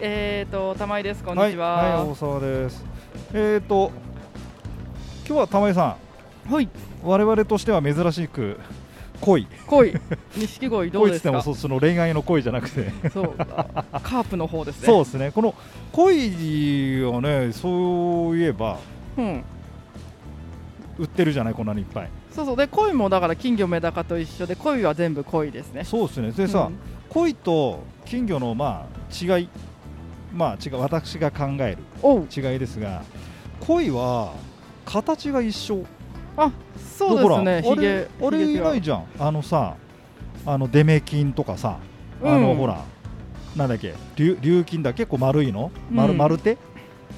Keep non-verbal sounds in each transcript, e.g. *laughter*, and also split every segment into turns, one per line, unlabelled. えっ、と玉井です。こん
は
に
い、
ち
はい、
は。
大沢です。えっ、と今日は玉井さ
はい。
ん、我々としては珍しく恋、 *laughs*
恋、錦鯉どう
恋っ
で
つっ
す
ても
か。
そその恋愛の恋じゃなくて、
そう。あカープの方ですね。
そうですね。この恋をね、そういえば
うん。
売ってるじゃないこんなにいっぱい。
そうそうで恋もだから金魚メダカと一緒で恋は全部恋ですね。
そうですね。でさ、
うん
恋と金魚のまあ違い、まあ違う私が考える
おう。
違いですが、恋は形が一緒。
あ、そうですね。
だから
ひげ
あれあれ
ひげ
以
ピュア
来じゃんあのさあのデメキンとかさあ
う
の
ん
ほら、なんだっけ竜竜金だっけこう丸いの丸,、
うん
丸手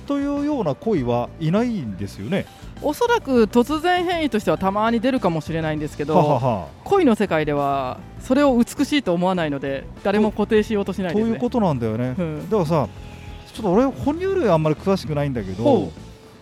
というような恋はいないんですよね。
おそらく突然変異としてはたまに出るかもしれないんですけど。
ははは
恋の世界ではそれを美しいと思わないので誰も固定しようとしない
と
です
い
ね
うことなんだよね。
うん
だからさちょっと俺哺乳類あんまり詳しくないんだけど
ほ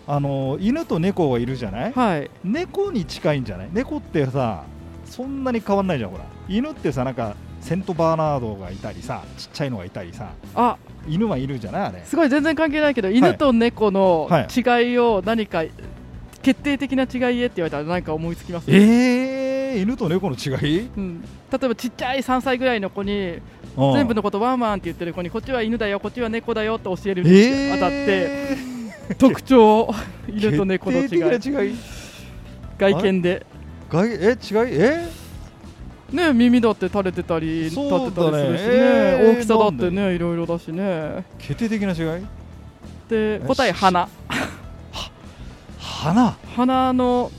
あの犬と猫がいるじゃない
はい
猫に近いんじゃない猫ってさそんなに変わんないじゃんほら犬ってさなんかセントバーナードがいたりさちっちゃいのがいたりさ
あ
犬はいるじゃないあれ
すごい全然関係ないけど犬と猫の
は
違いを何か決定的な違いへって言われたら何か思いつきます、
えー、犬と猫の違い、
うん、例えばちっちゃい3歳ぐらいの子に
うん
全部のことワンワンって言ってる子にこっちは犬だよこっちは猫だよって教えるに
えー、
あたって特徴を犬と猫の
決定
違い
的な違い
外見で
外え違いえ
ね耳だって垂れてたり立ってたりす
そうだね
るしね
えー
大きさだっ
な
て
ん
ねいろいろだしね
決定的な違い
で
よし
答え花
花
花の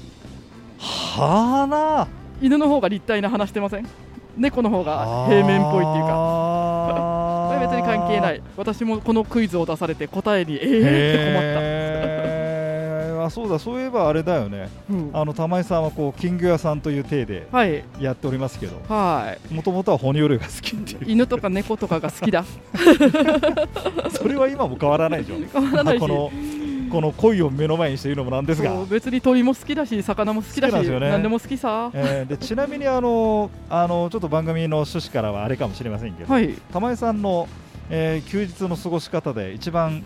花
犬の方が立体な花してません猫の方が平面っぽいっていうか
か
これ別に関係ない私もこのクイズを出されて答えにえーって
へー *laughs* あそうだそういえばあれだよね
困った、
あの玉井さんはこう金魚屋さんという体で
うん、はい
やっております
*laughs*
けど
は
もともとは哺乳類が好きっていう
い犬とか猫とかが好きだ
それは今も変わらないでしょ
変わらないし
このこの恋を目の前にしているのもなん *laughs* ですが
そう別に鳥も好きだし魚も好きだ
好きなんで
し
すよね
何でも好きさ
えーでちなみにあのあのちょっと番組の趣旨からはあれかもしれませんけど、
はい
玉井さんの、えー休日の過ごし方で一番、えー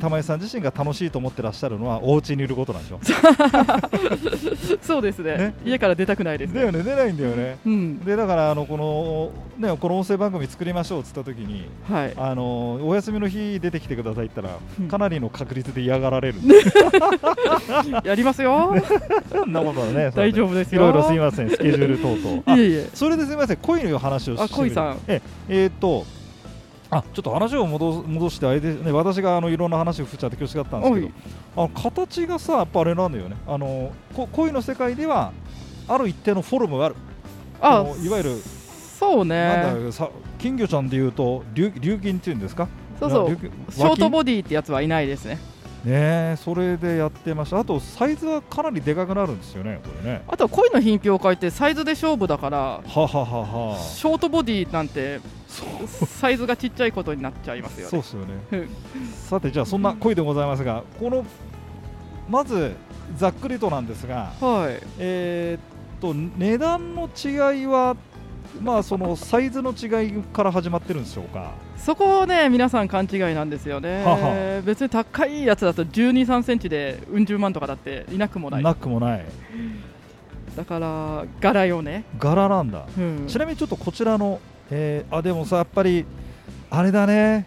玉井さん自身が楽しいと思ってらっしゃるのはお家にいることなんでしょ
そうですね
ね
家から出たくないです
だよね出ないんだよね
うん
でだからあのこの、ね、この音声番組作りましょうっつった時に
はい
あのお休みの日出てきてくださいって言っ
う
たら
ん
かなりの確率で嫌がられる、
*laughs* やります
*laughs*
よ
そんなことはね
大丈夫です
い
よ
ろいろすみませんスケジュール等々あ
いえいえ
それですみません、恋の話をして
あ恋さん
えええーっとあちょっと話を戻す戻してあれで、ね、私があのいろんな話を振っちゃって恐縮だったんです
お
け
い
どあの形がさやっぱあれなんだよねあのこ恋の世界ではある一定のフォルムがある、
あ
このいわゆる
そう
なんだ
ね
ろうさ金魚ちゃんでいうと竜竜金っていうんですか
そうそ
な
う
竜金
ショート
和
ボディってやつはいないですね
金ねえそれでやってましたあとサイズはかなりでかくなるんですよねこれね
あとは恋の品評会ってサイズで勝負だから
はははは
ショートボディなんて
そう
サイズがちっちゃいことになっちゃいますよ
そう
ね
ですよね
うん
さてじゃあそんな恋でございますがこのまずざっくりとなんですが
*laughs* はい
えーっと値段の違いはまあそのサイズの違いから始まってるんでしょうか
そこをね皆さん勘違いなんですよね
はは
別に高いやつだと1 2 3センチでうん十万とかだっていなくもない
なくもない
だから柄よね、
柄なんだ
うん、
ちなみにちょっとこちらの、えーあでもさやっぱりあれだね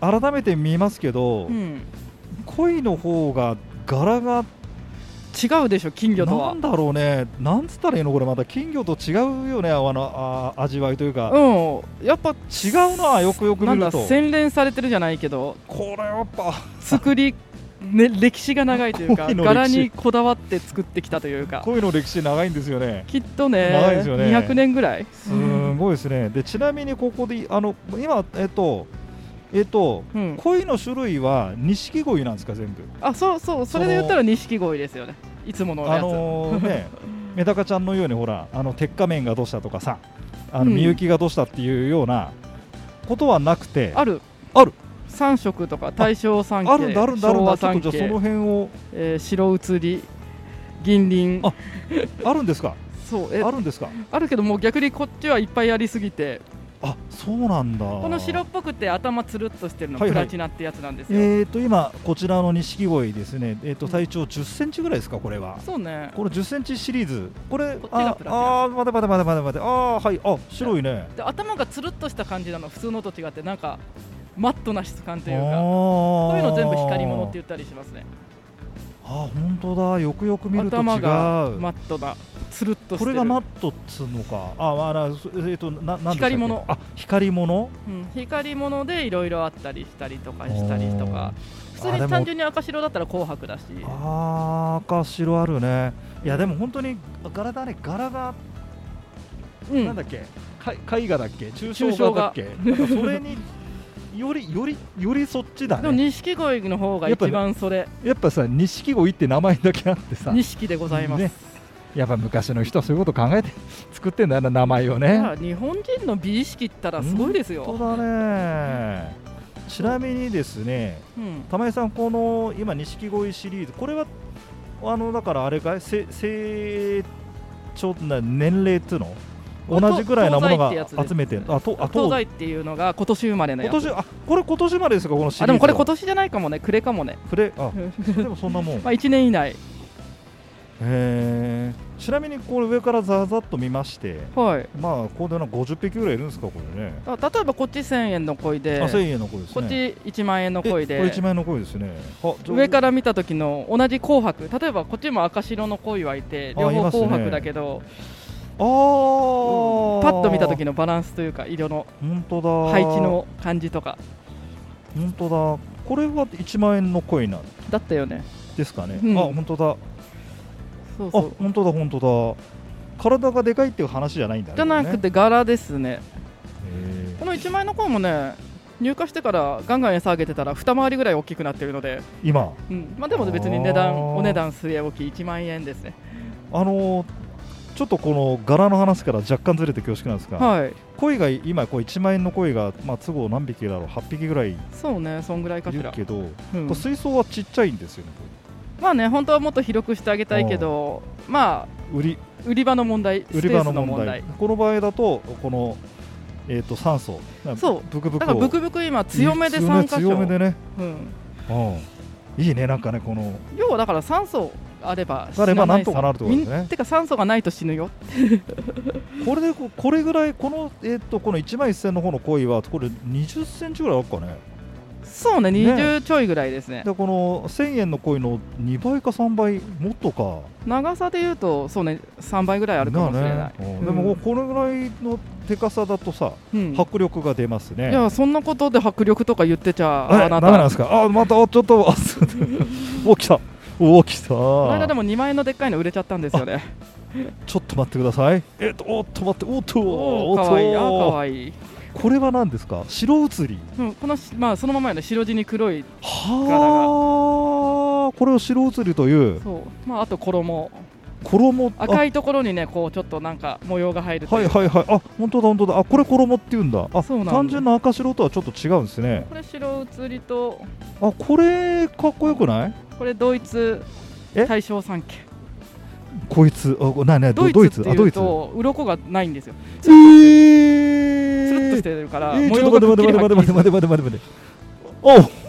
改めて見ますけど、
うん
恋の方が柄が
違うでしょ金魚と
な
は
んだろうねなんつったらいいのこれまた金魚と違うよねあのあ味わいというか、
うんやっぱ
違うなよくよく
なん
見る
だ
と
洗練されてるじゃないけど
これやっぱ
作り、ね、歴史が長いという
*laughs*
か
恋の歴史
柄にこだわって作ってきたというか
恋の歴史長いんですよね
きっとね
長いですよね
200年ぐらい
すごいですねでちなみにここであの今えっとえっと
うん
恋の種類は錦鯉なんですか全部
あそうそうそれで言ったら錦鯉ですよねいつもの
あ
やつ、*laughs*
のーねメダカちゃんのようにほらあの鉄仮面がどうしたとかさあの
うん
みゆきがどうしたっていうようなことはなくて、
ある
ある
三色とか大正三景
あるんだあるんだある
昭
んだ
和
ちょっ
三
とじゃあその
景、
辺を
えー、白移り銀鱗
ああるんですか
そうえ
あ
あ
るんですか
るけどもう逆にこっちはいっぱいありすぎて
あそうなんだ
この白っぽくて頭つるっとしてるの
はい
プ
はい
ラチナってやつなんですよ、
えー、と今こちらの錦鯉ですね、えー、と
うん
体長1 0センチぐらいですかこれは
そうね
この1 0センチシリーズこれ
こっちが
あ
プラチナ
あー待て待て待て待て待てああはいあ白いね
で頭がつるっとした感じなの普通のと違ってなんかマットな質感というかこ
こ
ういうの全部光り物って言ったりしますね
あ本当だよくよく見ると違う
頭がマットなつるっとしてる
これがマットっつうのかあまあなそえー、とななんでしたっけ
光り物
あ光り物
うん、光物でいろいろあったりしたりとかしたりとか普通
あで
に
も
単純に赤白だったら紅白だし
あー赤白あるねいやでも本当に柄だね柄が、
う
なん
ん
だっけか絵画だっけ抽
象
象
画
画だっけなんかそれによりよりよりそっちだ
でも
ね
錦鯉の方が
やっぱ
一
ね
番それ
やっぱさ錦鯉って名前だけあってさ
錦でございます、
ねやっぱ昔の人はそういうこと考えて *laughs* 作ってんだよな名前を
だ
ね
から日本人の美意識ったらすごいです
本
よ、
当だねちなみにですね
うん、
玉井さん、この今、錦鯉シリーズ、これはあのだからあれかい、せ成長な年齢っていうの
これ
同じぐらいなもの
東西っ
が
てやつです
集めてる、あとあ
東
と
西っていうのが今年生まれの
今
やつ
年あこれ、今年までですか、このシリーズは
あでもこれ今年じゃないかもね暮れかもね
プレあでもそんな
*laughs*
もん、
まあ1年以内
へーちなみにこれ、上からざわざっと見まして、
はい
まあ、ここでな50匹ぐらいいるんですか、これね。
だから例えばこっち1000円の鯉で
あ1000円の声です
こっち
ね。
1万円の
えこ
鯉で
れ1万円の声ですね。あじゃあ
上から見た時の同じ紅白例えばこっちも赤白の恋はいて
あ
両
い
方
ますね
紅白だけど、
あー、
パッと見た時
の
のバランスというか色の
本当だ
配置の感じとか
本当だこれは1万円のコインなん
だったよね
ですかね、
うん
あ本当だあ
そうそう
本当だ本当だ体がでかいっていう話じゃないんだね
じゃなくて柄ですね
へー
この1枚の恋もね入荷してからガンガン餌あげてたら二回りぐらい大きくなってるので、
今
うんまあ、でも別に値
あー
段お値段据え置き1万円ですね
あのーちょっとこの柄の話から若干ずれて恐縮なんですが、
はい
鯉が今こう1万円の鯉が、まあ、都合何匹だろう8匹ぐらいい
そうねそんぐらいかし
る
ら、
けど、
うん
水槽はちっちゃいんですよね
まあね本当はもっと広くしてあげたいけどまあ
売り
売り場の問題ス
売
ペ
り
ー
場
ス
の
の
問題
問題
この場合だとこの、えー、と酸素
そう
ブクブ
だ
ク
から
を
ブクブク今強めで3箇所、
強めでね
うん、
うんいいねなんかねこの
要はだから酸素あれば
あれば
死
なんとかなるってことですね
みんてか酸素がないと死ぬよ
これでここれぐらいこのえーっとこの1万1000の方の鯉はこれ20センチぐらいあるかね
そうね
ね
20ちょいぐらいですね
でこの1000円の鯉の2倍か3倍もっとか
長さでいうとそうね3倍ぐらいあるかもしれない、
だねうん
う
で
ん
もこれぐらいのでかさだとさ
うん
迫力が出ますね
いやそんなことで迫力とか言ってちゃ
あれ
あ
ダ
な
メなん
た
ですかあまたあちょっとあすお来たお来た
この間でも2万円のでっかいの売れちゃったんですよね
ちょっと待ってくださいえーっとおっと待っておっと
お
お
お
っ
か
と
わいいあかわいい、
これは何ですか白写り
うん、このしまあそのままやね白地に黒い
はあこれを白写りという
そうまああと衣
衣あ
赤いところにねこうちょっとなんか模様が入ると
はいいうはいはいあ本当だ本当だあこれ衣っていうんだあ
そうなんだ
単純な赤白とはちょっと違うんですね
これ白写りと
あこれかっこよくない
これドイツ
え
大正三家
こいつあこなね
ド
ド
イ
ドイ
ツ
ツ
って
あド
いう
イツ
と鱗がないんですよ
え
つるっとし
ー
てるか
え
ら
ー
模
ちょ
様
っと
がくっき
待
りはっきり
って待って
する
待って待って待って待って待って待って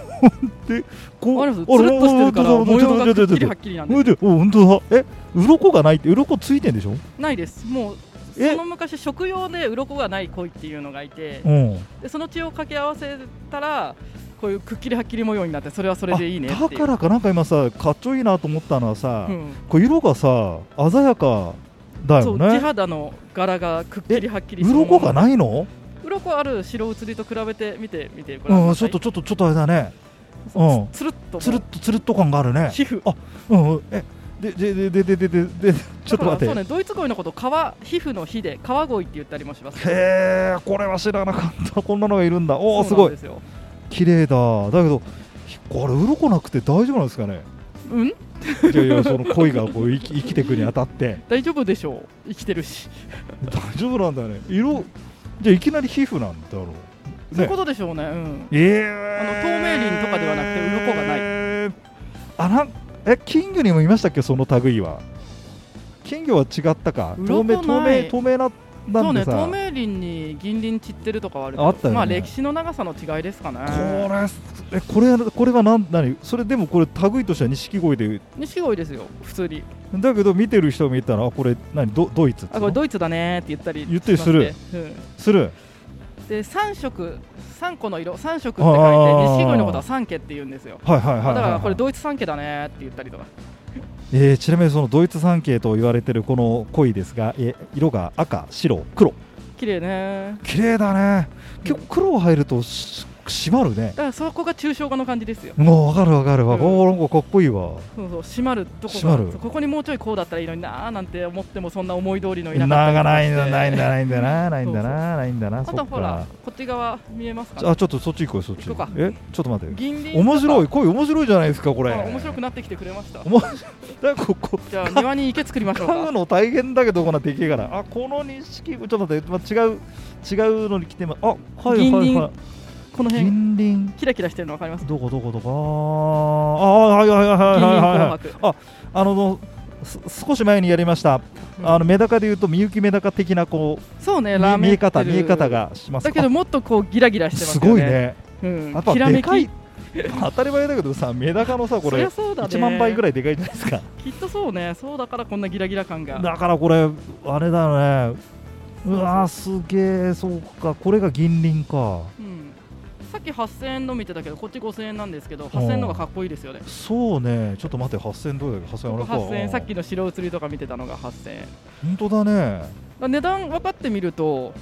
おでこ
あれですつるっとしてるから模様がくっきりはっきりなんです
おいでお本当だえ鱗がないって鱗ついてんでしょ
ないですもう
え
その昔食用で鱗がない鯉っていうのがいて
うん
でその血を掛け合わせたらこういうくっきりはっきり模様になってそれはそれでいいねってい
あ
う
だからかなんか今さかっちょいいなと思ったのはさ、
うん
こう色がさ鮮やかだ
そ
よ
う地
ね
肌の柄がくっきりはっきり
鱗が
い
ないの
鱗ある白写りと比べて見てみてください
うんちょっとちょっとちょっとあれだねうん
つるっと
つるっとつるっと感があるね
皮膚
あうんうんえででででででででちょ
だ
っと待
からそう
って
ねドイツ鯉のこと皮皮膚の皮で皮鯉って言ったりもします
へえこれは知らなかったこんなのがいるんだおおす
そうな
ご
ん
い
ですよ
綺麗だだけどひこれ鱗なくて大丈夫なんですかね
うん
いやいやその恋がこう生き生きてくにあたって
大丈夫でしょう生きてるし、
大丈夫なんだよね色じゃあいきなり皮膚なんだろう
そうい
ね
うことでしょうねうん
え
あの透明輪とかではなくて鱗がない
ないあなんえ金魚にもいましたっけその類は金魚は違ったか透
鱗
明透
ない
明透明な
そう
で
ね
さ
透明林に銀鱗散ってるとかはあるけ
あ
ど
ったよね
まあ歴史の長さの違いですかね
これえこれこれは何何それでもこれ類としては錦鯉で
錦鯉ですよ普通に
だけど見てる人見たらあこれ何ドドイツって
あこれドイツだねって言ったり
言ったりする
しますね
する
うんで3色3個の色3色って
あ
書いて
ー
錦鯉のことは三家って言うんですよ
はいはいはいは
だ
い、
からこれドイツ三家だねって言ったりとか
えーちなみにそのドイツ三景と言われてるこの鯉ですが、え色が赤白黒
綺麗ね
綺麗だね結構黒入るとし締まるね
だからそこが抽象画の感じですよ
もう分かる分かる
う
わ、
ん
おーなんかかっこいいわ
そうそう閉まるとこ
閉ま
が
る
そうここにもうちょいこうだったらいいのになーなんて思ってもそんな思い通りのい
な
なかった
が
りとか
ない
し
ん
て
だないんだないんだなないんだ
そうそ
なないんだな
あ
そ
と
っ
ほら
か
こっち側見えますか
あちょっとそっち行こうよそっち
行こうか
えちょっと待って
銀鱗
面白
い
い鯉面白いじゃないですかこれ
面白くなってきてくれました
面白いだからここ
じゃあ庭に池作りまし
*laughs*
ょう
買う
か
の大変だけどこんなでけえからあこの錦ちょっと待って、まあ、違う違うのに来てますあはいはい
銀
は
鱗この
い
辺
銀鱗
キラキラしてるのわかります
どこどこどこあーあーはいはいはい
銀鱗
はいはい
紅
はい
白
あのす少し前にやりました、
うん
あのメダカでいうとみゆきメダカ的なこう
そうねラーメン
見え方
ってる
見え方がします
だけどもっとこうギラギラしてますすよ
ごい
ね
ね
うん
やっぱ
きら
で
め
かい
き
当たり前だけどさメダカのさこ
そり
れ
ゃそうだね
1万倍ぐらいでかいじゃないですか
きっとそうねそうだからこんなギラギラ感が
だからこれあれだよねうわーすげえそうかこれが銀鱗か
うんさっき8000円の見てたけどこっち5000円なんですけど8000円の方がかっこいいですよね
そうねちょっと待って8000どうだっけ8000あ
こ
れ
こ
か
8000円さっ
う
きの白移りとか見てたのが8000円だか
ん本当だね
ら値段分かってみると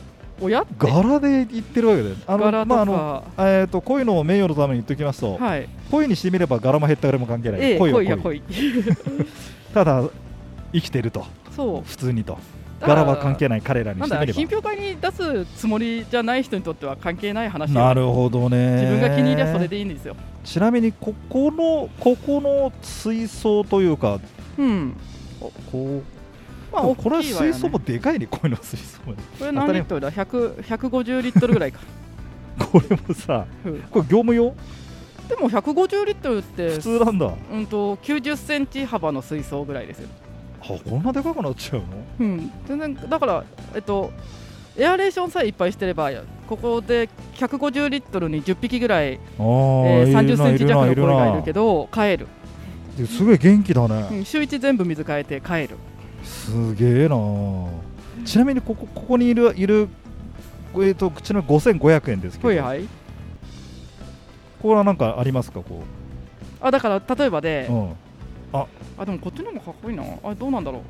おやって
柄で言ってるわけだよあ
柄とか、
まああのえー、と恋の名誉のために言っておきますと、
はい
恋にしてみれば柄も減った柄も関係ない、
ええ
恋は
恋が
恋
恋
ただ生きてると
*laughs* そう
普通にと
だから
*laughs* 柄は関係ない彼らに
なん
して
だ
みれ
品評会に出すつもりじゃない人にとっては関係ない
ば
話よ
なるほどね
自分が気に入りゃそれでいいんですよ
ちなみにここのここの水槽というか
うん
あこう、
まあ
でも
大
これは
きいわよ、
水
ね、
槽もでかいね恋の水槽も *laughs*
これ何リットルだ100 150リットルぐらいか、
これもさ
うん
これ業務用
でも150リットルっ
普
て
通なんだあ
うんと90センチ幅の水槽ぐらいですよ、
こんなでかくなっちゃうの
うん、全然だからえっとエアレーションさえいっぱいしてればここで150リットルに10匹ぐらい、
あ
え
ー
ー、
いるな
30センチ弱の声がいるけ
る
ど飼える、
なですごい元気だね、
うん、週1全部水変えて飼える
すげえなあちなみにここここにいるいるえー、とちなみに5500円ですけど、
はいはい
これは何かありますかこ
あだから例えば
う、
で、
うん、
あでもこっちの方がかっこいいなあどうなんだろう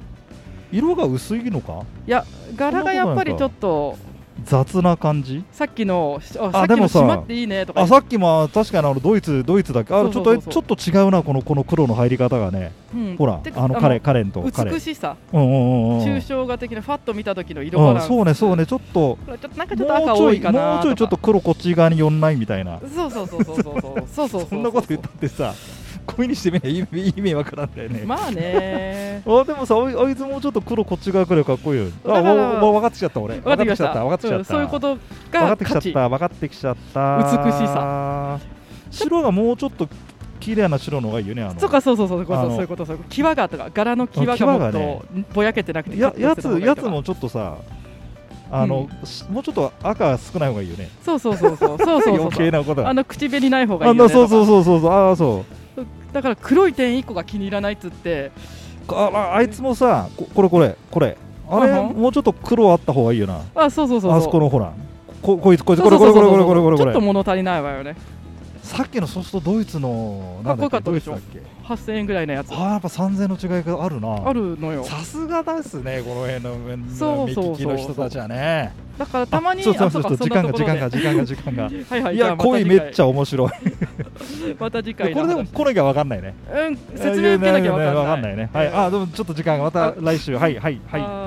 色が薄いのか
いや柄がやっぱりちょっと
雑な感じ
さっきのあさっ
で
きの
もさ
閉まっていいねとか
あさっきも確かにあのドイツドイツだっけあ
そう
ちょ
そうそ
っとえ
う
ちょっと違うなこのこの黒の入り方がね
うん
ほら
てか
あのカレンカレンとカレン
美しさ
うんうんうんうん
抽象画的なファッと見た時の色バ
うん
ランス
そうねそうねちょっと
ちょっとなん
も
か
う
ち
ち
ょっと赤
ょ
多
い
いか
も
な
うちょいちょっと黒こっち側に寄んないみたいな
そうそうそうそうそうそうそうそうう
*laughs* そんなこと言ったってさ恋にしてみりゃいいいい迷惑なんだよね
まあね
あでもさあいあいつもうちょっと黒こっち側くらいかっこいいよあ
だから
*laughs* わわ分かってきちゃった俺
分かってきました
分かってきちゃ
う
っ
ん
た
そういうこと
分かっ
が
てきちゃ
価
っ
値
た分かってきちゃった
美し
さ白がもうちょっと綺麗な白の方がいいよねあの
そうかそうそうそうそういうこ
あの
とそういうことそういうこと際がとか柄の際
際
がも
が
っ
ね
とぼやけてなくて
や
カッ
や
トしてた
つ
方がい
や
い
つ
とか
もちょっとさあの、しもうちょっと赤が少ない方がいいよね
そうそうそうそうそうそうそう
余計なことが
あの口紅ない方がい
あ
いよ
の
ね
そうそう
とか
そうそうそうああそ
だから黒い点一個が気に入らないっつって
うあああいつもさここれこれこれあれ、
うんうん
もうちょっと黒あった方がいいよな
あそうそうそうそう
あそこのほらここいつこいつ
そ
こ
う
れ
そう
こ
そ
れ
う
こ
そう
れこれこれこれ
ちょっと物足りないわよね
さっきのそうするとドイツのなんだ
かっこよ
っけ
かったでしょ
ドイツだっけ
8000円ぐらいのやつ
あーやっぱ3000の違いがあるな
あるのよ
さすがですねこの辺の
そう
目
そうそう
利きの人たちはね
だからたまに
あそうそう
あ
そう
か
そう時
んな
間
とこ
が時
ろ
間
で
が時間が時間
*laughs*
が
はいはい
い
じゃ
や
あまた
恋
次
め
回
っちゃ面白い
また次
これ
回
でもこれが分かんないね
うん説明受けなきゃわかんない
ねねねわかんないねはいあでもちょっと時間がまた来週はいはいはい
は